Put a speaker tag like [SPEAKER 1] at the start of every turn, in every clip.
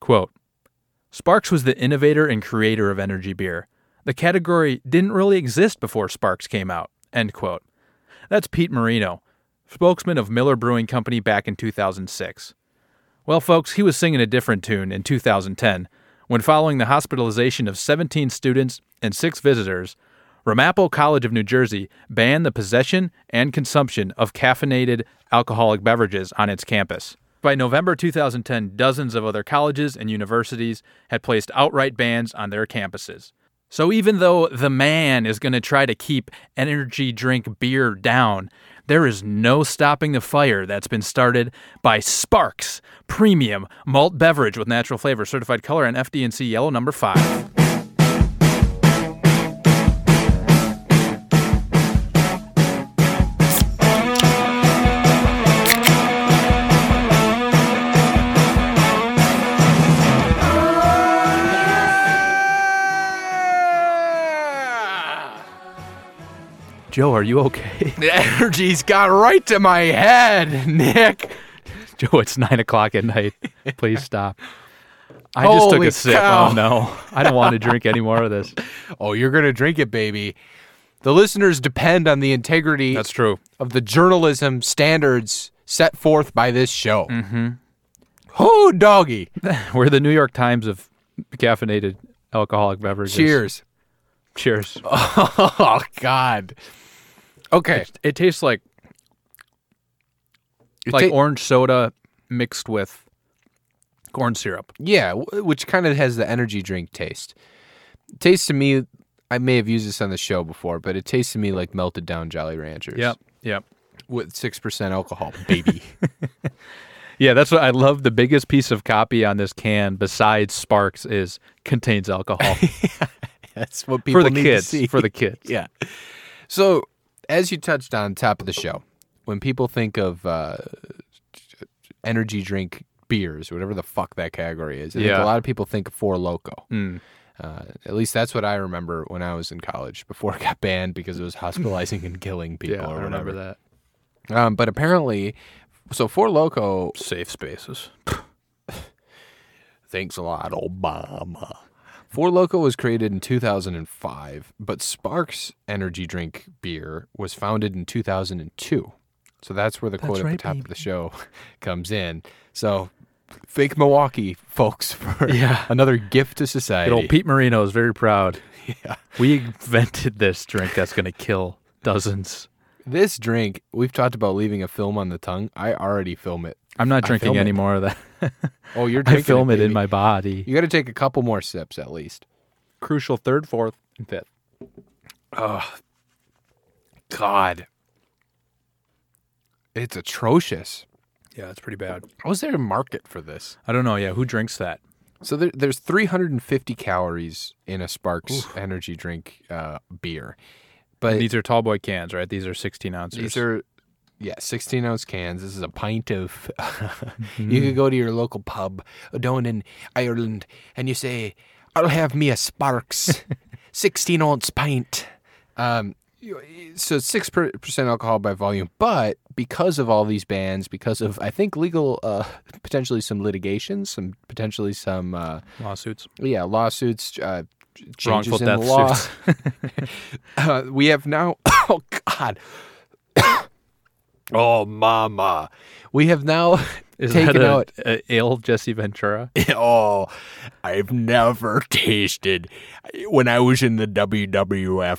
[SPEAKER 1] Quote Sparks was the innovator and creator of energy beer. The category didn't really exist before Sparks came out. End quote. That's Pete Marino, spokesman of Miller Brewing Company back in 2006. Well, folks, he was singing a different tune in 2010 when, following the hospitalization of 17 students and six visitors, Ramapo College of New Jersey banned the possession and consumption of caffeinated alcoholic beverages on its campus. By November 2010, dozens of other colleges and universities had placed outright bans on their campuses. So even though the man is going to try to keep energy drink beer down, there is no stopping the fire that's been started by Sparks Premium Malt Beverage with natural flavor, certified color, and FD&C yellow number 5. Joe, are you okay?
[SPEAKER 2] The energy's got right to my head, Nick.
[SPEAKER 1] Joe, it's nine o'clock at night. Please stop. I just took
[SPEAKER 2] Holy
[SPEAKER 1] a sip.
[SPEAKER 2] cow.
[SPEAKER 1] Oh no, I don't want to drink any more of this.
[SPEAKER 2] Oh, you're going to drink it, baby. The listeners depend on the integrity
[SPEAKER 1] true.
[SPEAKER 2] of the journalism standards set forth by this show. Mm-hmm. Oh, doggy.
[SPEAKER 1] We're the New York Times of caffeinated alcoholic beverages.
[SPEAKER 2] Cheers.
[SPEAKER 1] Cheers.
[SPEAKER 2] Oh, God. Okay.
[SPEAKER 1] It tastes like
[SPEAKER 2] It
[SPEAKER 1] like
[SPEAKER 2] ta-
[SPEAKER 1] orange soda mixed with corn syrup.
[SPEAKER 2] Yeah, w- which kind of has the energy drink taste. It tastes to me, I may have used this on the show before, but it tastes to me like melted down Jolly Ranchers.
[SPEAKER 1] Yep.
[SPEAKER 2] With 6% alcohol, baby.
[SPEAKER 1] Yeah, that's what I love. The biggest piece of copy on this can, besides Sparks, is contains alcohol
[SPEAKER 2] That's what people
[SPEAKER 1] for the
[SPEAKER 2] need
[SPEAKER 1] kids.
[SPEAKER 2] to see.
[SPEAKER 1] For the kids.
[SPEAKER 2] yeah. So, as you touched on top of the show, when people think of uh, energy drink beers, whatever the fuck that category is, I think
[SPEAKER 1] Yeah.
[SPEAKER 2] a lot of people think of Four Loco. Uh, at least that's what I remember when I was in college before it got banned because it was hospitalizing and killing people
[SPEAKER 1] Yeah,
[SPEAKER 2] or
[SPEAKER 1] Oh, I
[SPEAKER 2] whatever.
[SPEAKER 1] remember that.
[SPEAKER 2] Um, but apparently, so Four Loco.
[SPEAKER 1] Safe spaces.
[SPEAKER 2] Thanks a lot, Obama. Four Loco was created in 2005, but Sparks Energy Drink Beer was founded in 2002. So that's where the quote at the
[SPEAKER 1] right,
[SPEAKER 2] top of the show comes in. So fake Milwaukee folks for
[SPEAKER 1] Yeah.
[SPEAKER 2] another gift to society.
[SPEAKER 1] Good old Pete Marino is very proud. We invented this drink that's going to kill dozens.
[SPEAKER 2] This drink, we've talked about leaving a film on the tongue. I already film it.
[SPEAKER 1] I'm not
[SPEAKER 2] film
[SPEAKER 1] drinking
[SPEAKER 2] it.
[SPEAKER 1] any more of that.
[SPEAKER 2] Oh, you're
[SPEAKER 1] I
[SPEAKER 2] drinking
[SPEAKER 1] film it in
[SPEAKER 2] baby.
[SPEAKER 1] my body.
[SPEAKER 2] You got to take a couple more sips at least.
[SPEAKER 1] Crucial third, fourth, and fifth.
[SPEAKER 2] God. It's atrocious.
[SPEAKER 1] Yeah, that's pretty bad.
[SPEAKER 2] Was there a market for this?
[SPEAKER 1] I don't know. Yeah, who drinks that?
[SPEAKER 2] So there, there's 350 calories in a Sparks energy drink uh, beer, but
[SPEAKER 1] These are tall boy cans, right? These are 16 ounces.
[SPEAKER 2] these are yeah 16 ounce cans. This is a pint of. You could go to your local pub down in Ireland and you say, "I'll have me a Sparks 16 ounce pint." Um, you- so six percent alcohol by volume, but because of all these bans, because of I think legal, uh, potentially some litigation, some potentially some. Uh,
[SPEAKER 1] lawsuits.
[SPEAKER 2] yeah, lawsuits, uh, ch- changes
[SPEAKER 1] Wrongful
[SPEAKER 2] in
[SPEAKER 1] death
[SPEAKER 2] the law.
[SPEAKER 1] suits.
[SPEAKER 2] uh, we have now. Oh God. oh mama, we have now
[SPEAKER 1] Is
[SPEAKER 2] taken
[SPEAKER 1] that a,
[SPEAKER 2] out.
[SPEAKER 1] a ale Jesse Ventura?
[SPEAKER 2] Oh, I've never tasted. When I was in the WWF,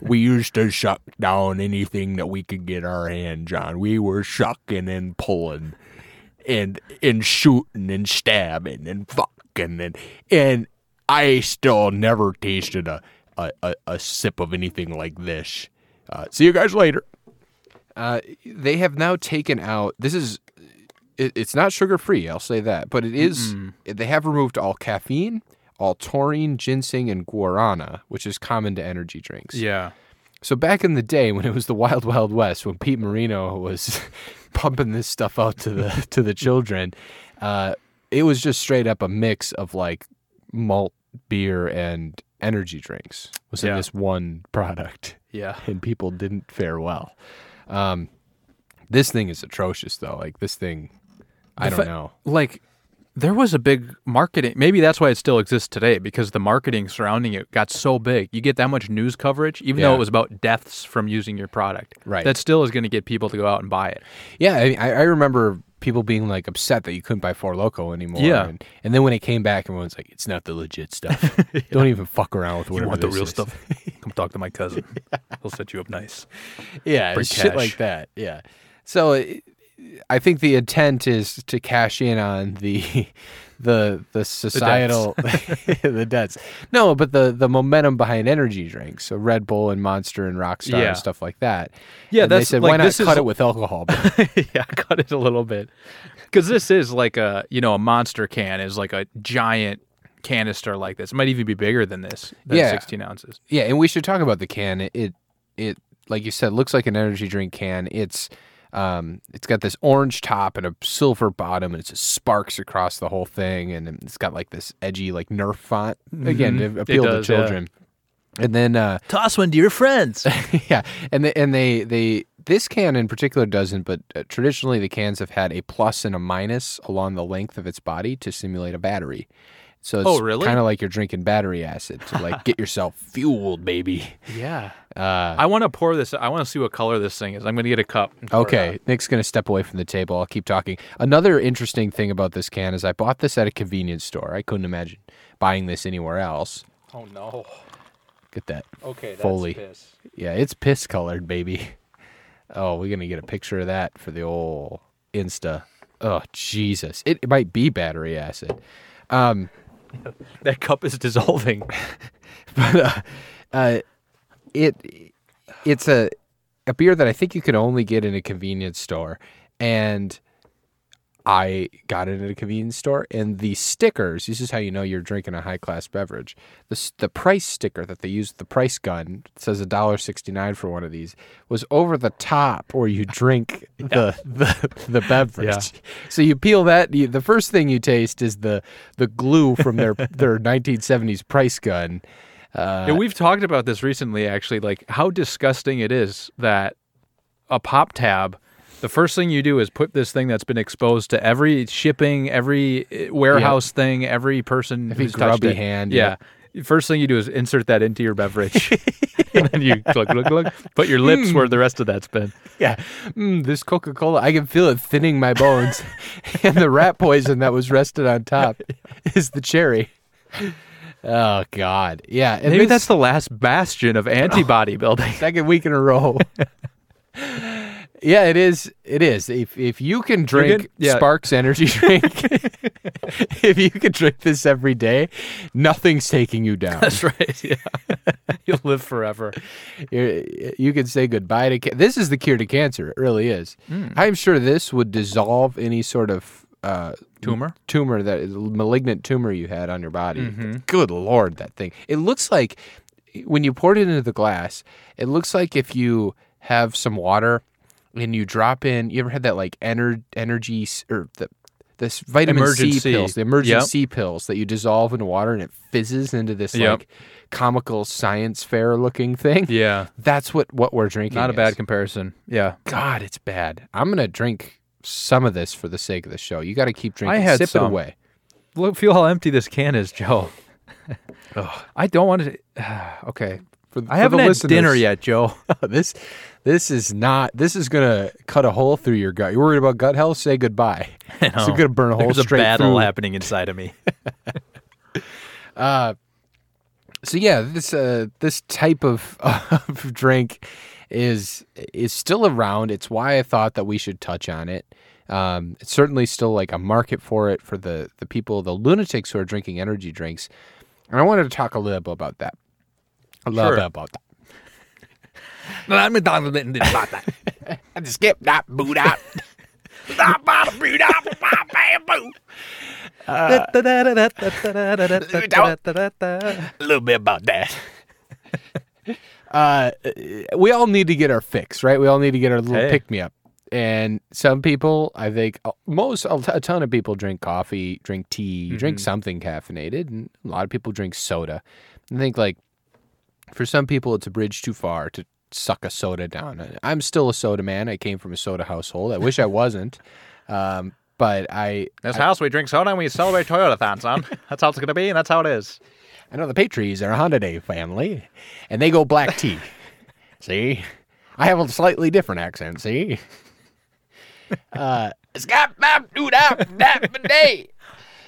[SPEAKER 2] we used to suck down anything that we could get our hands on. We were sucking and pulling, and and shooting and stabbing and fucking and and I still never tasted a a, a, a sip of anything like this. Uh, see you guys later. Uh, they have now taken out. This is it, it's not sugar free. I'll say that, but it is- They have removed all caffeine, all taurine, ginseng, and guarana, which is common to energy drinks.
[SPEAKER 1] Yeah.
[SPEAKER 2] So back in the day when it was the wild wild west, when Pete Marino was pumping this stuff out to the to the children, uh, it was just straight up a mix of like malt beer and energy drinks was in
[SPEAKER 1] Yeah.
[SPEAKER 2] this one product
[SPEAKER 1] Yeah.
[SPEAKER 2] and people didn't fare well. Um, this thing is atrocious, though. Like this thing, I
[SPEAKER 1] The
[SPEAKER 2] don't
[SPEAKER 1] fa-
[SPEAKER 2] know.
[SPEAKER 1] Like, there was a big marketing. Maybe that's why it still exists today because the marketing surrounding it got so big. You get that much news coverage, even though
[SPEAKER 2] Yeah.
[SPEAKER 1] it was about deaths from using your product.
[SPEAKER 2] Right.
[SPEAKER 1] That still is going to get people to go out and buy it.
[SPEAKER 2] Yeah, I, I I remember people being like upset that you couldn't buy Four Loco anymore.
[SPEAKER 1] Yeah.
[SPEAKER 2] and, and then when it came back, everyone's like, "It's not the legit stuff. Don't even fuck around with whatever
[SPEAKER 1] you want the
[SPEAKER 2] this
[SPEAKER 1] real
[SPEAKER 2] is."
[SPEAKER 1] stuff? Come talk to my cousin. He'll set you up nice.
[SPEAKER 2] Yeah,
[SPEAKER 1] Bring
[SPEAKER 2] shit
[SPEAKER 1] cash.
[SPEAKER 2] like that. Yeah, so it, I think the intent is to cash in on the the the societal the debts. No, but the the momentum behind energy drinks, so Red Bull and Monster and Rockstar
[SPEAKER 1] Yeah.
[SPEAKER 2] and stuff like that.
[SPEAKER 1] Yeah,
[SPEAKER 2] And they
[SPEAKER 1] that's
[SPEAKER 2] said
[SPEAKER 1] like
[SPEAKER 2] why not
[SPEAKER 1] this
[SPEAKER 2] cut
[SPEAKER 1] is
[SPEAKER 2] it with alcohol. But
[SPEAKER 1] yeah, cut it a little bit because this is like a you know a monster can is like a giant canister like this. It might even be bigger than this. Than
[SPEAKER 2] Yeah.
[SPEAKER 1] sixteen ounces.
[SPEAKER 2] Yeah, and we should talk about the can. It it, it like you said looks like an energy drink can. It's um, it's got this orange top and a silver bottom, and it's just sparks across the whole thing, and it's got like this edgy like Nerf font again to appeal
[SPEAKER 1] Mm-hmm. does,
[SPEAKER 2] to
[SPEAKER 1] yeah.
[SPEAKER 2] children. And then uh,
[SPEAKER 1] Toss one to your friends.
[SPEAKER 2] yeah, and the, and they they this can in particular doesn't, but uh, traditionally the cans have had a plus and a minus along the length of its body to simulate a battery. So it's
[SPEAKER 1] Oh, really?
[SPEAKER 2] kind of like you're drinking battery acid to like get yourself fueled, baby.
[SPEAKER 1] yeah,
[SPEAKER 2] Uh,
[SPEAKER 1] I want to pour this. I want to see what color this thing is. I'm going to get a cup. and pour it
[SPEAKER 2] Okay, Nick's going to step away from the table. I'll keep talking. Another interesting thing about this can is I bought this at a convenience store. I couldn't imagine buying this anywhere else.
[SPEAKER 1] out. Oh no.
[SPEAKER 2] Get that.
[SPEAKER 1] Okay. That's
[SPEAKER 2] Foley.
[SPEAKER 1] piss.
[SPEAKER 2] Yeah, it's piss colored, baby. Oh, we're going to get a picture of that for the old Insta. Oh, Jesus. It, it might be battery acid. Um,
[SPEAKER 1] That cup is dissolving.
[SPEAKER 2] but uh, uh, it it's a a beer that I think you could only get in a convenience store, and I got it at a convenience store, and the stickers. This is how you know you're drinking a high class beverage. The s- the price sticker that they used, the price gun it says a dollar sixty nine for one of these, was over the top where you drink the, the the beverage. So you peel that. You, the first thing you taste is the the glue from their their nineteen seventies price gun. Uh,
[SPEAKER 1] Yeah, we've talked about this recently, actually, like how disgusting it is that a pop tab, the first thing you do is put this thing that's been exposed to every shipping, every eh, warehouse thing, every person,
[SPEAKER 2] Every
[SPEAKER 1] who's touched
[SPEAKER 2] grubby
[SPEAKER 1] it.
[SPEAKER 2] hand,
[SPEAKER 1] Yeah. First thing you do is insert that into your beverage, and then you glug glug glug. Put your lips where the rest of that's been.
[SPEAKER 2] yeah, mm, this Coca Cola, I can feel it thinning my bones, and the rat poison that was rested on top is the cherry. Oh God, yeah. And
[SPEAKER 1] Maybe
[SPEAKER 2] this-
[SPEAKER 1] that's the last bastion of antibody building.
[SPEAKER 2] second week in a row. yeah, it is. It is. If if you can drink
[SPEAKER 1] good? Yeah.
[SPEAKER 2] Sparks energy drink, if you can drink this every day, nothing's taking you down.
[SPEAKER 1] That's right. Yeah, you'll live forever.
[SPEAKER 2] You're, you can say goodbye to ca- this is the cure to cancer. It really is.
[SPEAKER 1] Hmm.
[SPEAKER 2] I'm sure this would dissolve any sort of uh,
[SPEAKER 1] Tumor? Mm-hmm.
[SPEAKER 2] tumor that malignant tumor you had on your body. Good lord, that thing! It looks like when you poured it into the glass, it looks like if you have some water and you drop in. You ever had that like ener- energy s- or the this vitamin
[SPEAKER 1] Emergency.
[SPEAKER 2] C pills, the
[SPEAKER 1] Yep.
[SPEAKER 2] emergency pills that you dissolve in water and it fizzes into this
[SPEAKER 1] Yep.
[SPEAKER 2] like comical science fair looking thing.
[SPEAKER 1] Yeah,
[SPEAKER 2] That's what what we're drinking.
[SPEAKER 1] not a
[SPEAKER 2] is.
[SPEAKER 1] bad comparison. Yeah,
[SPEAKER 2] God, it's bad. I'm gonna drink some of this for the sake of the show. You got to keep drinking.
[SPEAKER 1] I had
[SPEAKER 2] Sip
[SPEAKER 1] some.
[SPEAKER 2] it away.
[SPEAKER 1] Look, feel how empty this can is, Joe. I don't want to. okay,
[SPEAKER 2] For, th-
[SPEAKER 1] I
[SPEAKER 2] for
[SPEAKER 1] haven't
[SPEAKER 2] the
[SPEAKER 1] had
[SPEAKER 2] listeners.
[SPEAKER 1] dinner yet, Joe.
[SPEAKER 2] this this is not. This is gonna cut a hole through your gut. You're worried about gut health. Say goodbye. It's gonna burn a hole
[SPEAKER 1] There's a
[SPEAKER 2] straight
[SPEAKER 1] battle
[SPEAKER 2] through.
[SPEAKER 1] happening inside of me.
[SPEAKER 2] So yeah, this uh, this type of, of drink is is still around. It's why I thought that we should touch on it. Um, it's certainly still like a market for it for the the people, the lunatics who are drinking energy drinks. And I wanted to talk a little bit about that. A little
[SPEAKER 1] Sure.
[SPEAKER 2] bit about that.
[SPEAKER 1] I'm about that.
[SPEAKER 2] I just skip that boot out. A little bit about that. Uh, we all need to get our fix, right? We all need to get our little
[SPEAKER 1] Hey.
[SPEAKER 2] pick me up. And some people, I think, uh, most a t- a ton of people drink coffee, drink tea, drink something caffeinated, and a lot of people drink soda. I think like for some people it's a bridge too far to suck a soda down. I'm still a soda man. I came from a soda household. I wish I wasn't. Um, But I,
[SPEAKER 1] This house we drink soda and we celebrate Toyotathon, son. That's how it's gonna be, and that's how it is.
[SPEAKER 2] I know the Patriots are a Holiday family, and they go black tea. see, I have a slightly different accent. See, uh, Scott, Bob, do that, that, day.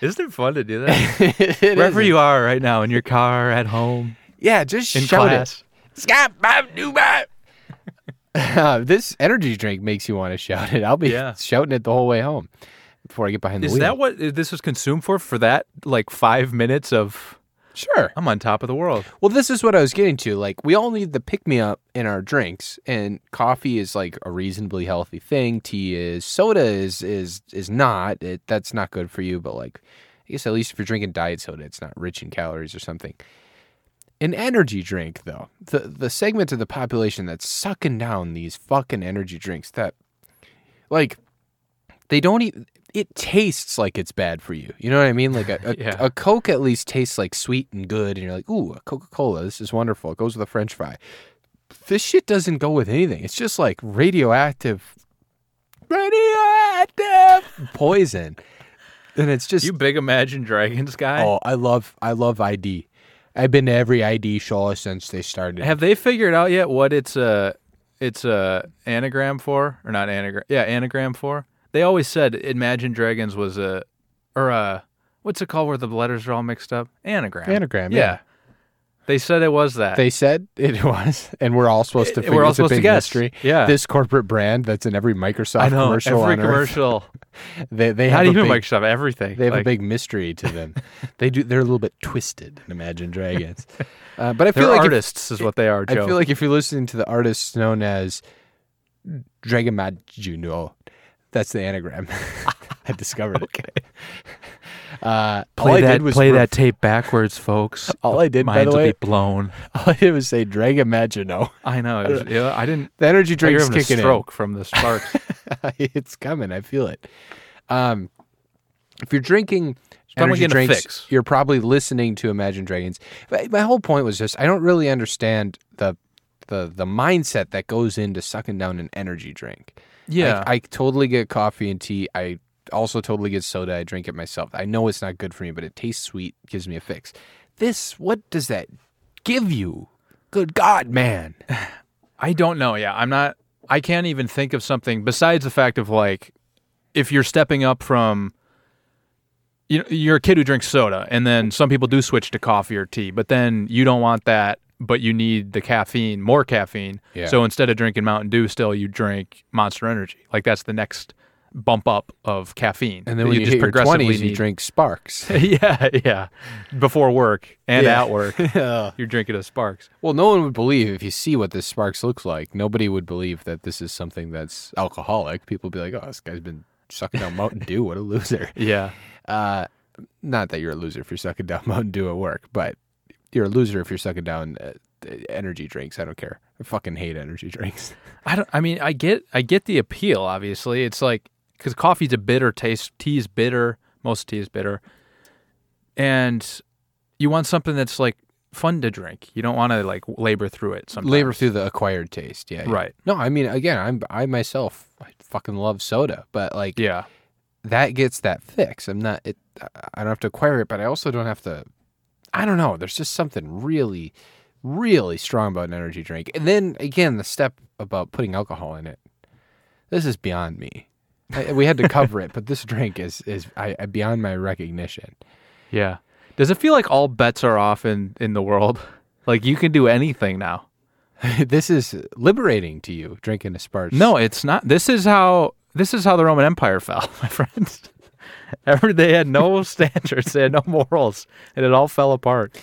[SPEAKER 1] Isn't it fun to do that? Wherever you are right now, in your car, at home,
[SPEAKER 2] Yeah, just
[SPEAKER 1] in
[SPEAKER 2] shout
[SPEAKER 1] class.
[SPEAKER 2] it. Scott Bob Duba. Uh, this energy drink makes you want to shout it. I'll be
[SPEAKER 1] Yeah.
[SPEAKER 2] shouting it the whole way home before I get behind the
[SPEAKER 1] Is
[SPEAKER 2] wheel.
[SPEAKER 1] that what uh, this was consumed for? For that, like five minutes of
[SPEAKER 2] sure.
[SPEAKER 1] I'm on top of the world.
[SPEAKER 2] Well, this is what I was getting to. Like, we all need the pick me up in our drinks, and coffee is like a reasonably healthy thing. Tea is, soda is is is not. It, that's not good for you, but like, I guess at least if you're drinking diet soda, it's not rich in calories or something. An energy drink, though, the the segment of the population that's sucking down these fucking energy drinks that, like, they don't even. It tastes like it's bad for you. You know what I mean? Like a, a,
[SPEAKER 1] Yeah.
[SPEAKER 2] a Coke at least tastes like sweet and good, and you're like, ooh, a Coca Cola. This is wonderful. It goes with a French fry. This shit doesn't go with anything. It's just like radioactive, radioactive poison, and it's just
[SPEAKER 1] You big Imagine Dragons guy.
[SPEAKER 2] Oh, I love I love ID. I've been to every ID show since they started.
[SPEAKER 1] Have they figured out yet what it's a it's a anagram for or not anagram? Yeah, anagram for. They always said Imagine Dragons was a or a what's it called where the letters are all mixed up? Anagram.
[SPEAKER 2] Anagram, yeah.
[SPEAKER 1] They said it was that.
[SPEAKER 2] They said it was, and we're all supposed to.
[SPEAKER 1] It-
[SPEAKER 2] Figure,
[SPEAKER 1] we're all
[SPEAKER 2] it's a
[SPEAKER 1] supposed to
[SPEAKER 2] big
[SPEAKER 1] guess.
[SPEAKER 2] Mystery.
[SPEAKER 1] Yeah.
[SPEAKER 2] this corporate brand that's in every Microsoft
[SPEAKER 1] I know
[SPEAKER 2] commercial.
[SPEAKER 1] every
[SPEAKER 2] on Earth,
[SPEAKER 1] commercial.
[SPEAKER 2] they they
[SPEAKER 1] Not
[SPEAKER 2] have a
[SPEAKER 1] even
[SPEAKER 2] big,
[SPEAKER 1] Microsoft. Everything.
[SPEAKER 2] They have a
[SPEAKER 1] Like,
[SPEAKER 2] big mystery to them. they do. They're a little bit twisted. in Imagine Dragons, uh, but I
[SPEAKER 1] They're
[SPEAKER 2] feel like if-
[SPEAKER 1] artists, is what they are.
[SPEAKER 2] I
[SPEAKER 1] Joe.
[SPEAKER 2] feel like if you're listening to the artists known as Dragomagino, that's the anagram. I discovered it. Uh, all I
[SPEAKER 1] play that
[SPEAKER 2] did was
[SPEAKER 1] play
[SPEAKER 2] ref-
[SPEAKER 1] that tape backwards, folks.
[SPEAKER 2] All I did, by
[SPEAKER 1] Minds
[SPEAKER 2] the
[SPEAKER 1] will
[SPEAKER 2] way,
[SPEAKER 1] be blown.
[SPEAKER 2] all I did was say Dragomagino.
[SPEAKER 1] I know. It was, yeah, I didn't.
[SPEAKER 2] The energy
[SPEAKER 1] You're
[SPEAKER 2] drink's
[SPEAKER 1] having a
[SPEAKER 2] kicking
[SPEAKER 1] stroke from the sparks.
[SPEAKER 2] in. it's coming. I feel it. Um, if you're drinking
[SPEAKER 1] Someone
[SPEAKER 2] energy
[SPEAKER 1] getting a
[SPEAKER 2] drinks,
[SPEAKER 1] fix.
[SPEAKER 2] you're probably listening to Imagine Dragons. But my whole point was just I don't really understand the the the mindset that goes into sucking down an energy drink.
[SPEAKER 1] yeah.
[SPEAKER 2] Like, I totally get coffee and tea. I also totally get soda. I drink it myself. I know it's not good for me, but it tastes sweet, gives me a fix. This, what does that give you? Good God, man.
[SPEAKER 1] I don't know. Yeah, I'm not. I can't even think of something besides the fact of like, if you're stepping up from, you know, you're a kid who drinks soda, and then some people do switch to coffee or tea, but then you don't want that, but you need the caffeine, more caffeine.
[SPEAKER 2] Yeah.
[SPEAKER 1] So instead of drinking Mountain Dew, still you drink Monster Energy. Like that's the next bump up of caffeine.
[SPEAKER 2] And then
[SPEAKER 1] that
[SPEAKER 2] when you, hit your
[SPEAKER 1] progressively
[SPEAKER 2] 20s, you
[SPEAKER 1] need.
[SPEAKER 2] drink Sparks.
[SPEAKER 1] yeah, yeah. Before work and
[SPEAKER 2] Yeah.
[SPEAKER 1] at work,
[SPEAKER 2] well,
[SPEAKER 1] you're drinking a Sparks.
[SPEAKER 2] no one would believe if you see what this Sparks looks like. Nobody would believe that this is something that's alcoholic. People would be like, oh, this guy's been sucking down Mountain Dew. What a loser.
[SPEAKER 1] Yeah.
[SPEAKER 2] Uh, not that you're a loser if you're sucking down Mountain Dew at work, but you're a loser if you're sucking down uh, energy drinks. I don't care. I fucking hate energy drinks.
[SPEAKER 1] I don't. I mean, I get, I get the appeal. Obviously, it's like because coffee's a bitter taste. Tea's bitter. Most tea is bitter, and you want something that's like fun to drink. You don't want to like labor through it. Sometimes.
[SPEAKER 2] Labor through the acquired taste. Yeah. yeah.
[SPEAKER 1] Right.
[SPEAKER 2] No, I mean, again, I'm I myself I fucking love soda, but like
[SPEAKER 1] Yeah.
[SPEAKER 2] that gets that fix. I'm not. It. I don't have to acquire it, but I also don't have to. I don't know. There's just something really, really strong about an energy drink. And then again, the step about putting alcohol in it. This is beyond me. I, we had to cover it, but this drink is is I, I- beyond my recognition.
[SPEAKER 1] Yeah. Does it feel like all bets are off in in the world? Like you can do anything now.
[SPEAKER 2] this is liberating to you drinking a Sparge.
[SPEAKER 1] No, it's not. This is how this is how the Roman Empire fell, my friends. Ever they had no standards, they had no morals, and it all fell apart.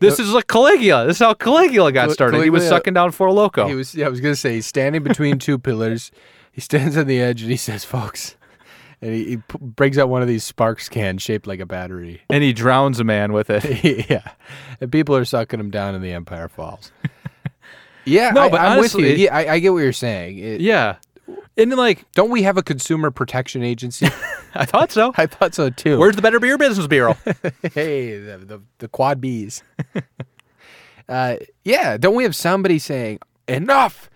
[SPEAKER 1] This is like Caligula. This is how Caligula got
[SPEAKER 2] Cal-
[SPEAKER 1] started. he was
[SPEAKER 2] Caligula-
[SPEAKER 1] sucking down four loco.
[SPEAKER 2] He was. Yeah, I was gonna say he's standing between two pillars. He stands on the edge and he says, "Folks," and he, he p- brings out one of these sparks cans shaped like a battery.
[SPEAKER 1] and he drowns a man with it.
[SPEAKER 2] yeah, and people are sucking him down in the Empire Falls. yeah,
[SPEAKER 1] No,
[SPEAKER 2] I,
[SPEAKER 1] but
[SPEAKER 2] I'm
[SPEAKER 1] honestly-
[SPEAKER 2] with you. Yeah, I, I get what you're saying. It-
[SPEAKER 1] Yeah. And like
[SPEAKER 2] Don't we have a consumer protection agency?
[SPEAKER 1] I thought so.
[SPEAKER 2] I thought so too.
[SPEAKER 1] Where's the Better Beer Business Bureau?
[SPEAKER 2] hey, the, the, the quad bees. uh, yeah, don't we have somebody saying enough?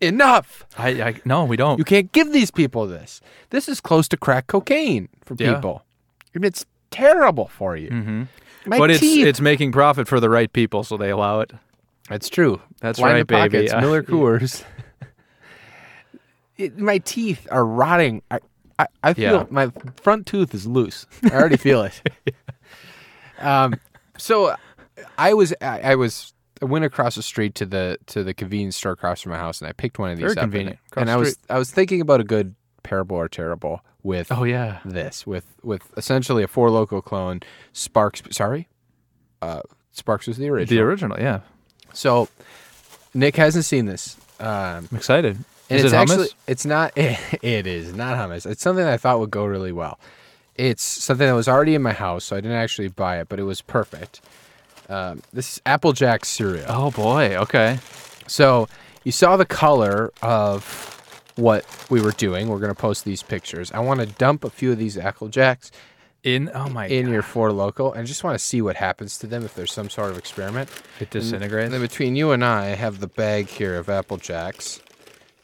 [SPEAKER 2] enough.
[SPEAKER 1] I, I no, we don't.
[SPEAKER 2] You can't give these people this. This is close to crack cocaine for
[SPEAKER 1] Yeah. Mm-hmm.
[SPEAKER 2] people. And it's terrible for you. My
[SPEAKER 1] but it's
[SPEAKER 2] teeth.
[SPEAKER 1] it's making profit for the right people, so they allow it.
[SPEAKER 2] That's true.
[SPEAKER 1] That's
[SPEAKER 2] Line the
[SPEAKER 1] right, baby.
[SPEAKER 2] pockets,
[SPEAKER 1] I-
[SPEAKER 2] Miller Coors. It- my teeth are rotting. I, I, I feel
[SPEAKER 1] Yeah.
[SPEAKER 2] my front tooth is loose. I already feel it. um, so I was I, I was I went across the street to the to the convenience store across from my house, and I picked one of these
[SPEAKER 1] Very
[SPEAKER 2] up. and-
[SPEAKER 1] convenient. Across
[SPEAKER 2] And,
[SPEAKER 1] the
[SPEAKER 2] I was
[SPEAKER 1] street.
[SPEAKER 2] I was thinking about a good parable or terrible with
[SPEAKER 1] Oh yeah.
[SPEAKER 2] this with with essentially a four local clone. Sparks, sorry, uh, Sparks was the original.
[SPEAKER 1] The original, yeah.
[SPEAKER 2] So Nick hasn't seen this. Um,
[SPEAKER 1] I'm excited.
[SPEAKER 2] and
[SPEAKER 1] Is
[SPEAKER 2] it's
[SPEAKER 1] it hummus?
[SPEAKER 2] actually it's not it is not hummus. It's something I thought would go really well. It's something that was already in my house, so I didn't actually buy it, but it was perfect. Um, this is Applejack cereal.
[SPEAKER 1] oh boy. Okay.
[SPEAKER 2] So you saw the color of what we were doing. We're gonna post these pictures. I want to dump a few of these Applejacks
[SPEAKER 1] In oh my.
[SPEAKER 2] in your four local, and I just want to see what happens to them if there's some sort of experiment.
[SPEAKER 1] it
[SPEAKER 2] And
[SPEAKER 1] disintegrates.
[SPEAKER 2] then between you and I, I have the bag here of Apple Jacks.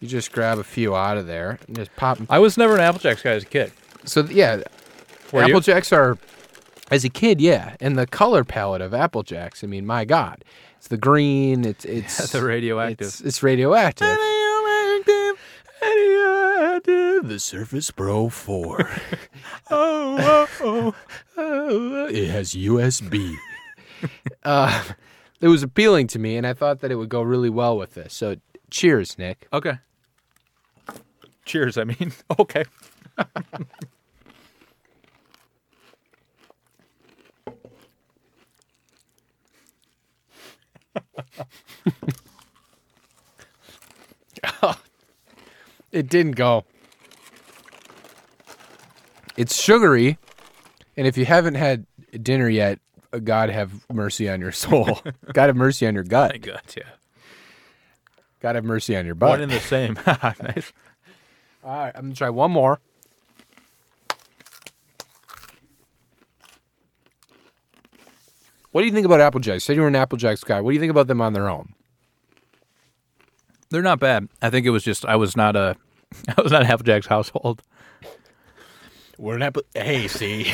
[SPEAKER 2] You just grab a few out of there and just pop 'em.
[SPEAKER 1] I was never an Apple Jacks guy as a kid.
[SPEAKER 2] So th- yeah,
[SPEAKER 1] Were
[SPEAKER 2] Apple
[SPEAKER 1] you?
[SPEAKER 2] Jacks are, as a kid, yeah, and the color palette of Apple Jacks. I mean, my God, it's the green. It's it's
[SPEAKER 1] the radioactive.
[SPEAKER 2] It's, it's radioactive.
[SPEAKER 3] The Surface Pro 4. oh, oh, oh, oh, it has USB.
[SPEAKER 2] Uh, it was appealing to me, and I thought that it would go really well with this. So cheers, Nick.
[SPEAKER 1] Okay. Cheers. I mean. Okay.
[SPEAKER 2] It didn't go. It's sugary, and if you haven't had dinner yet, uh, God have mercy on your soul. God have mercy on your gut.
[SPEAKER 1] Thank God. Yeah.
[SPEAKER 2] God have mercy on your
[SPEAKER 1] One
[SPEAKER 2] butt.
[SPEAKER 1] in the same. nice.
[SPEAKER 2] All right, I'm gonna try one more. What do you think about Apple Jacks? Said you were an Apple Jacks guy. What do you think about them on their own?
[SPEAKER 1] They're not bad. I think it was just I was not a I was not an Apple Jacks household.
[SPEAKER 3] We're an apple. Hey, see?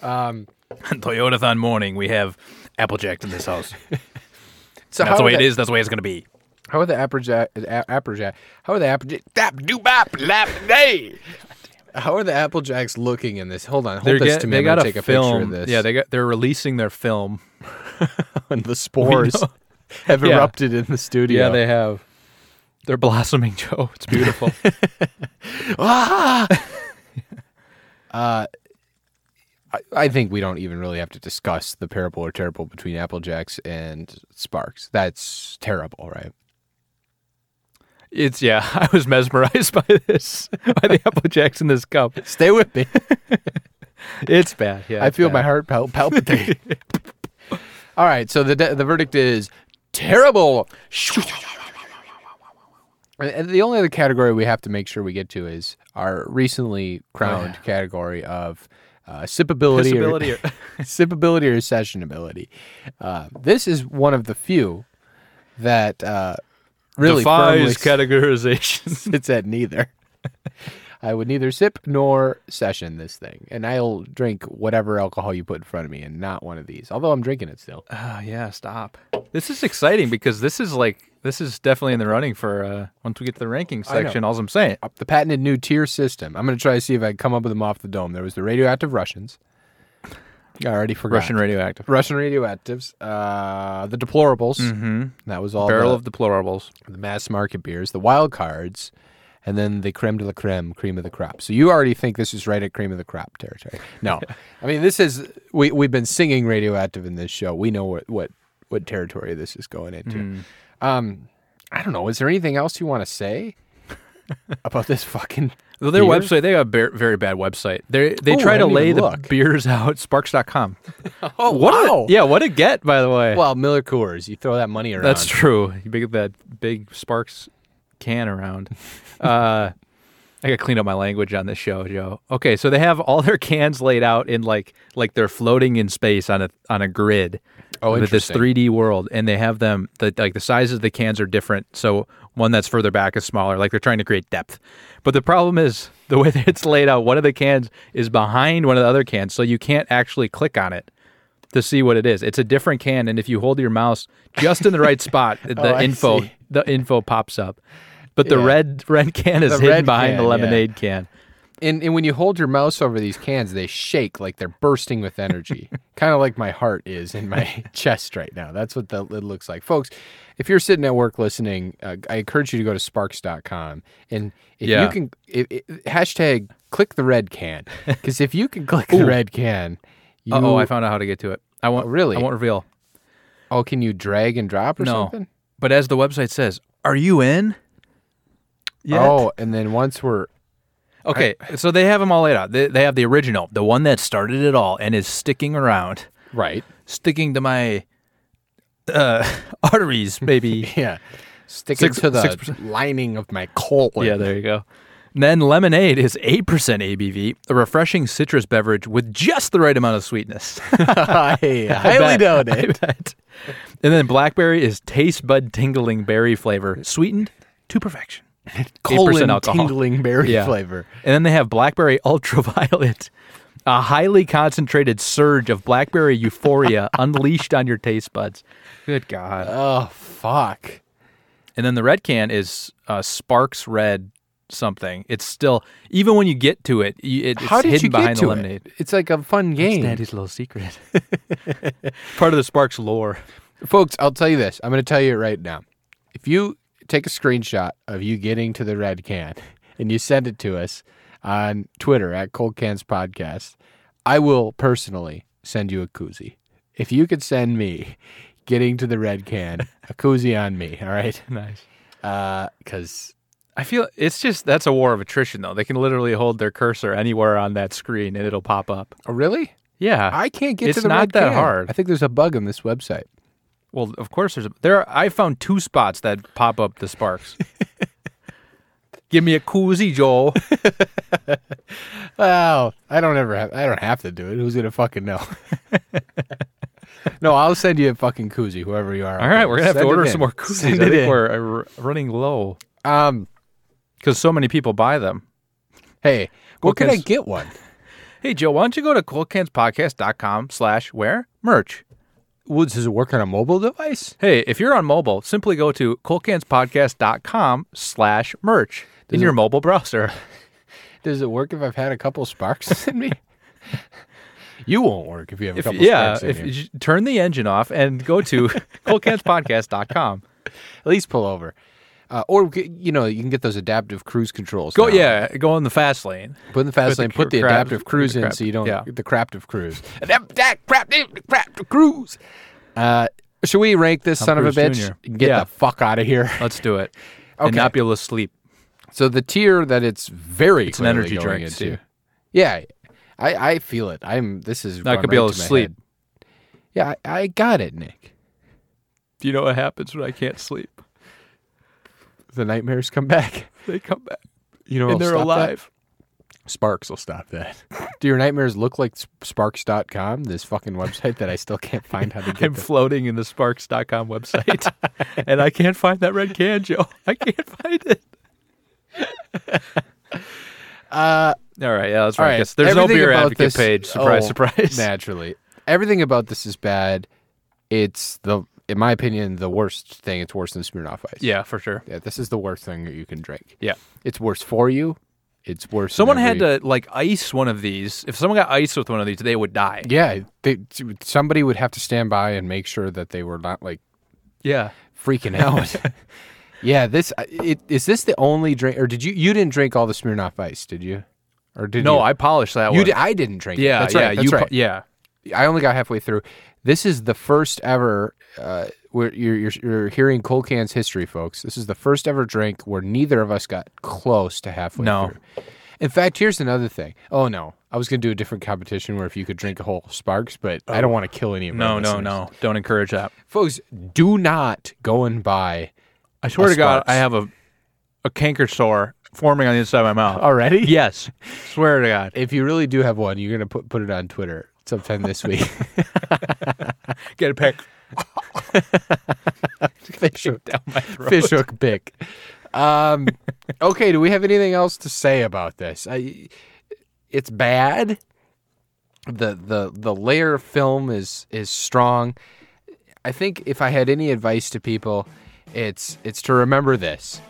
[SPEAKER 2] Um,
[SPEAKER 1] On Toyotathon morning, we have Applejack in this house.
[SPEAKER 2] So
[SPEAKER 1] That's the way
[SPEAKER 2] it is.
[SPEAKER 1] it is. That's the way it's going to be.
[SPEAKER 2] How are the Applejack? uh, Applejack? How are the Applejack? Dap do bap lap day. How are the Applejacks looking in this? Hold on, hold
[SPEAKER 1] They're
[SPEAKER 2] this
[SPEAKER 1] get-
[SPEAKER 2] to me.
[SPEAKER 1] they
[SPEAKER 2] I'm
[SPEAKER 1] got
[SPEAKER 2] gonna
[SPEAKER 1] a
[SPEAKER 2] take a
[SPEAKER 1] film.
[SPEAKER 2] picture of this.
[SPEAKER 1] Yeah, they got they're releasing their film.
[SPEAKER 2] and the spores
[SPEAKER 1] We know.
[SPEAKER 2] have
[SPEAKER 1] Yeah.
[SPEAKER 2] erupted in the studio.
[SPEAKER 1] Yeah, they have. They're blossoming, Joe. It's beautiful.
[SPEAKER 2] Ah! Uh, I, I think we don't even really have to discuss the parable or terrible between Applejacks and Sparks. That's terrible, right?
[SPEAKER 1] it's yeah. I was mesmerized by this by the Applejacks in this cup.
[SPEAKER 2] Stay with me.
[SPEAKER 1] It's bad. Yeah,
[SPEAKER 2] I
[SPEAKER 1] it's
[SPEAKER 2] feel
[SPEAKER 1] bad.
[SPEAKER 2] my heart pal- palpitate. All right, so the de- the verdict is terrible. And- and the only other category we have to make sure we get to is our recently crowned category of uh, sippability,
[SPEAKER 1] Disability
[SPEAKER 2] or,
[SPEAKER 1] or-
[SPEAKER 2] sippability or sessionability. Uh, this is one of the few that uh, really firmly
[SPEAKER 1] defies
[SPEAKER 2] s-
[SPEAKER 1] categorization.
[SPEAKER 2] sits at neither. I would neither sip nor session this thing, and I'll drink whatever alcohol you put in front of me, and not one of these. Although I'm drinking it still.
[SPEAKER 1] Oh yeah, stop. This is exciting because this is like this is definitely in the running for uh once we get to the ranking
[SPEAKER 2] I know.
[SPEAKER 1] section, all I'm saying.
[SPEAKER 2] The patented new tier system. I'm gonna try to see if I can come up with them off the dome. There was the radioactive Russians. I already forgot.
[SPEAKER 1] Russian radioactive.
[SPEAKER 2] Russian radioactives. Uh, the deplorables. Mm-hmm. That was all.
[SPEAKER 1] Barrel
[SPEAKER 2] the,
[SPEAKER 1] of deplorables.
[SPEAKER 2] the mass market beers, the wild cards, and then the creme de la creme, cream of the crop. So you already think this is right at cream of the crop territory. No, I mean this is we we've been singing radioactive in this show. We know what what what territory this is going into. Um, I don't know. Is there anything else you want to say about this fucking?
[SPEAKER 1] Well, their
[SPEAKER 2] beer?
[SPEAKER 1] website, they got a ber- very bad website. They they
[SPEAKER 2] Oh, I
[SPEAKER 1] try to
[SPEAKER 2] didn't
[SPEAKER 1] lay
[SPEAKER 2] even
[SPEAKER 1] the
[SPEAKER 2] look.
[SPEAKER 1] beers out sparks.com.
[SPEAKER 2] Oh wow!
[SPEAKER 1] Yeah, what a get by the way.
[SPEAKER 2] Well, Miller Coors, you throw that money around.
[SPEAKER 1] That's true. You pick up that big sparks can around. uh I gotta clean up my language on this show, Joe. Okay, so they have all their cans laid out in like like they're floating in space on a on a grid.
[SPEAKER 2] Oh,
[SPEAKER 1] with this
[SPEAKER 2] interesting.
[SPEAKER 1] 3D world, and they have them the like the sizes of the cans are different. So one that's further back is smaller. Like they're trying to create depth, but the problem is the way that it's laid out. One of the cans is behind one of the other cans, so you can't actually click on it to see what it is. It's a different can, and if you hold your mouse just in the right spot, the
[SPEAKER 2] Oh, I
[SPEAKER 1] info
[SPEAKER 2] see.
[SPEAKER 1] the info pops up. But the
[SPEAKER 2] Yeah.
[SPEAKER 1] red red can is
[SPEAKER 2] The
[SPEAKER 1] hidden
[SPEAKER 2] red
[SPEAKER 1] behind
[SPEAKER 2] can,
[SPEAKER 1] the
[SPEAKER 2] yeah.
[SPEAKER 1] lemonade can.
[SPEAKER 2] And, and when you hold your mouse over these cans, they shake like they're bursting with energy, kind of like my heart is in my chest right now. That's what the, it looks like. Folks, if you're sitting at work listening, uh, I encourage you to go to sparks.com. And if
[SPEAKER 1] Yeah.
[SPEAKER 2] you can, if, if- hashtag click the red can. Because if you can click the red can, you,
[SPEAKER 1] Uh oh, I found out how to get to it. I won't
[SPEAKER 2] Oh, really?
[SPEAKER 1] I won't reveal.
[SPEAKER 2] oh, can you drag and drop or
[SPEAKER 1] No.
[SPEAKER 2] something?
[SPEAKER 1] But as the website says, are you in? Yet?
[SPEAKER 2] Oh, and then once we're, Oh,
[SPEAKER 1] okay. so they have them all laid out. They, they have the original, the one that started it all and is sticking around,
[SPEAKER 2] right.
[SPEAKER 1] sticking to my uh, arteries, maybe.
[SPEAKER 2] Yeah. Sticking
[SPEAKER 1] Six-
[SPEAKER 2] to the
[SPEAKER 1] six
[SPEAKER 2] lining of my colon.
[SPEAKER 1] yeah, there you go. And then lemonade is 8% ABV, a refreshing citrus beverage with just the right amount of sweetness.
[SPEAKER 2] I highly
[SPEAKER 1] bet.
[SPEAKER 2] doubt
[SPEAKER 1] I
[SPEAKER 2] it.
[SPEAKER 1] bet. And then blackberry is taste bud tingling berry flavor, sweetened to perfection.
[SPEAKER 2] colon
[SPEAKER 1] alcohol.
[SPEAKER 2] tingling berry
[SPEAKER 1] Yeah.
[SPEAKER 2] flavor.
[SPEAKER 1] And then they have blackberry ultraviolet, a highly concentrated surge of blackberry euphoria unleashed on your taste buds. Good God.
[SPEAKER 2] Oh fuck!
[SPEAKER 1] And then the red can is uh, Sparks Red something. It's still, even when you get to it, you, it it's
[SPEAKER 2] How did
[SPEAKER 1] hidden
[SPEAKER 2] you
[SPEAKER 1] behind
[SPEAKER 2] get
[SPEAKER 1] the
[SPEAKER 2] to
[SPEAKER 1] lemonade.
[SPEAKER 2] it? It's like a fun game,
[SPEAKER 1] Daddy's little secret. Part of the Sparks lore.
[SPEAKER 2] folks. I'll tell you this. I'm going to tell you it right now. If you take a screenshot of you getting to the red can and you send it to us on Twitter at Cold Cans Podcast, I will personally send you a koozie. If you could send me getting to the red can a koozie on me, all right? Uh,
[SPEAKER 1] Nice.
[SPEAKER 2] Because
[SPEAKER 1] I feel it's just that's a war of attrition though. They can literally hold their cursor anywhere on that screen and it'll pop up.
[SPEAKER 2] oh, really,
[SPEAKER 1] Yeah.
[SPEAKER 2] I can't get
[SPEAKER 1] It's
[SPEAKER 2] to the
[SPEAKER 1] not
[SPEAKER 2] red
[SPEAKER 1] that
[SPEAKER 2] can.
[SPEAKER 1] hard.
[SPEAKER 2] I think there's a bug on this website.
[SPEAKER 1] Well, of course, there's a, there. Are, I found two spots that pop up the sparks. Give me a koozie, Joel.
[SPEAKER 2] Well, I don't ever have. I don't have to do it. Who's gonna fucking know? no, I'll send you a fucking koozie, whoever you are.
[SPEAKER 1] All right, we're gonna have to
[SPEAKER 2] Send it
[SPEAKER 1] order
[SPEAKER 2] in.
[SPEAKER 1] some more
[SPEAKER 2] Send
[SPEAKER 1] koozies.
[SPEAKER 2] it
[SPEAKER 1] I think
[SPEAKER 2] in.
[SPEAKER 1] we're uh, r- running low
[SPEAKER 2] Um,
[SPEAKER 1] because so many people buy them.
[SPEAKER 2] hey, where could I
[SPEAKER 1] Goodness.
[SPEAKER 2] get one?
[SPEAKER 1] Hey, Joe, why don't you go to coldcanspodcast.com slash where merch?
[SPEAKER 2] Well, does it work on a mobile device?
[SPEAKER 1] Hey, if you're on mobile, simply go to coldcanspodcast.com slash merch in your mobile browser.
[SPEAKER 2] Does it work if I've had a couple sparks in me? you won't work if you have a
[SPEAKER 1] If,
[SPEAKER 2] couple
[SPEAKER 1] yeah,
[SPEAKER 2] sparks in
[SPEAKER 1] if
[SPEAKER 2] you.
[SPEAKER 1] you j- turn the engine off and go to coldcanspodcast.com.
[SPEAKER 2] At least pull over. Uh, or you know you can get those adaptive cruise controls.
[SPEAKER 1] Go,
[SPEAKER 2] now.
[SPEAKER 1] yeah, go in the fast lane.
[SPEAKER 2] Put in the fast
[SPEAKER 1] the
[SPEAKER 2] lane. Put the
[SPEAKER 1] crap-
[SPEAKER 2] adaptive cruise
[SPEAKER 1] the
[SPEAKER 2] in
[SPEAKER 1] crap-
[SPEAKER 2] so you don't
[SPEAKER 1] yeah.
[SPEAKER 2] the craptive cruise. Adaptive craptive craptive cruise. Uh, should we rank this son of a
[SPEAKER 1] Cruise
[SPEAKER 2] bitch?
[SPEAKER 1] Jr..
[SPEAKER 2] Get
[SPEAKER 1] Yeah.
[SPEAKER 2] the fuck out of here.
[SPEAKER 1] Let's do it. And
[SPEAKER 2] Okay.
[SPEAKER 1] not be able to sleep.
[SPEAKER 2] So the tier that it's very
[SPEAKER 1] It's an energy
[SPEAKER 2] going
[SPEAKER 1] drink.
[SPEAKER 2] into.
[SPEAKER 1] too.
[SPEAKER 2] Yeah, I, I feel it. I'm. This is
[SPEAKER 1] Not
[SPEAKER 2] going
[SPEAKER 1] gonna be
[SPEAKER 2] right
[SPEAKER 1] able to
[SPEAKER 2] my
[SPEAKER 1] sleep.
[SPEAKER 2] head. Yeah, I, I got it, Nick.
[SPEAKER 1] Do you know what happens when I can't sleep?
[SPEAKER 2] The nightmares come back.
[SPEAKER 1] They come back
[SPEAKER 2] You know,
[SPEAKER 1] and
[SPEAKER 2] what'll
[SPEAKER 1] they're
[SPEAKER 2] stop
[SPEAKER 1] alive.
[SPEAKER 2] That? Sparks will stop that. Do your nightmares look like sp- Sparks.com? This fucking website that I still can't find how to get.
[SPEAKER 1] I'm
[SPEAKER 2] the-
[SPEAKER 1] floating in the sparks.com website and I can't find that red can, Joe. I can't find it.
[SPEAKER 2] Uh,
[SPEAKER 1] All right, yeah, that's
[SPEAKER 2] All
[SPEAKER 1] right.
[SPEAKER 2] right,
[SPEAKER 1] Guess There's no
[SPEAKER 2] everything
[SPEAKER 1] beer
[SPEAKER 2] about
[SPEAKER 1] advocate
[SPEAKER 2] this-
[SPEAKER 1] page. Surprise,
[SPEAKER 2] oh,
[SPEAKER 1] surprise.
[SPEAKER 2] Naturally, everything about this is bad. It's the, in my opinion, the worst thing. It's worse than Smirnoff Ice.
[SPEAKER 1] Yeah, for sure.
[SPEAKER 2] yeah. This is the worst thing that you can drink.
[SPEAKER 1] Yeah.
[SPEAKER 2] It's worse for you. It's worse. in
[SPEAKER 1] Someone had
[SPEAKER 2] every-
[SPEAKER 1] to like ice one of these. If someone got iced with one of these, they would die.
[SPEAKER 2] Yeah, they, somebody would have to stand by and make sure that they were not like
[SPEAKER 1] Yeah.
[SPEAKER 2] freaking out. yeah, this it, is this the only drink, or did you you didn't drink all the Smirnoff Ice, did you? Or did
[SPEAKER 1] No,
[SPEAKER 2] you?
[SPEAKER 1] I polished that
[SPEAKER 2] you
[SPEAKER 1] one.
[SPEAKER 2] di- I didn't drink. it.
[SPEAKER 1] Yeah,
[SPEAKER 2] that's
[SPEAKER 1] yeah,
[SPEAKER 2] right. That's
[SPEAKER 1] you po-
[SPEAKER 2] right.
[SPEAKER 1] yeah.
[SPEAKER 2] I only got halfway through. This is the first ever uh, where you're, you're you're hearing Cold Can's history, folks. This is the first ever drink where neither of us got close to halfway
[SPEAKER 1] No.
[SPEAKER 2] through. In fact, here's another thing. Oh no, I was gonna do a different competition where if you could drink a whole Sparks, but I don't want to kill any of
[SPEAKER 1] Oh. No,
[SPEAKER 2] our
[SPEAKER 1] no,
[SPEAKER 2] listeners.
[SPEAKER 1] no. Don't encourage that.
[SPEAKER 2] folks. Do not go and buy
[SPEAKER 1] I swear to God,
[SPEAKER 2] Sparks.
[SPEAKER 1] I have a a canker sore forming on the inside of my mouth.
[SPEAKER 2] already.
[SPEAKER 1] Uh, Yes. Swear to God.
[SPEAKER 2] If you really do have one, you're gonna put put it on Twitter sometime this week.
[SPEAKER 1] Get a pick.
[SPEAKER 2] Fish hook,
[SPEAKER 1] Down my throat.
[SPEAKER 2] fish hook pick. Um, okay, do we have anything else to say about this? I, it's bad. The the the layer of film is is strong. I think if I had any advice to people, it's it's to remember this.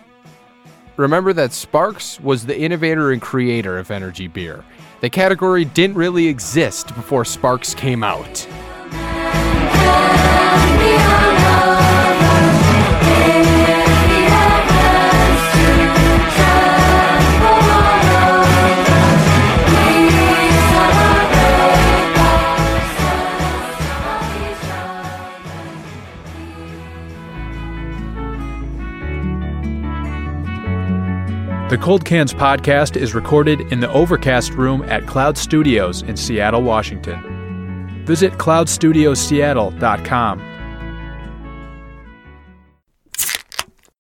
[SPEAKER 2] Remember that Sparks was the innovator and creator of energy beer. The category didn't really exist before Sparks came out.
[SPEAKER 1] The Cold Cans podcast is recorded in the Overcast room at Cloud Studios in Seattle, Washington. Visit cloudstudioseattle.com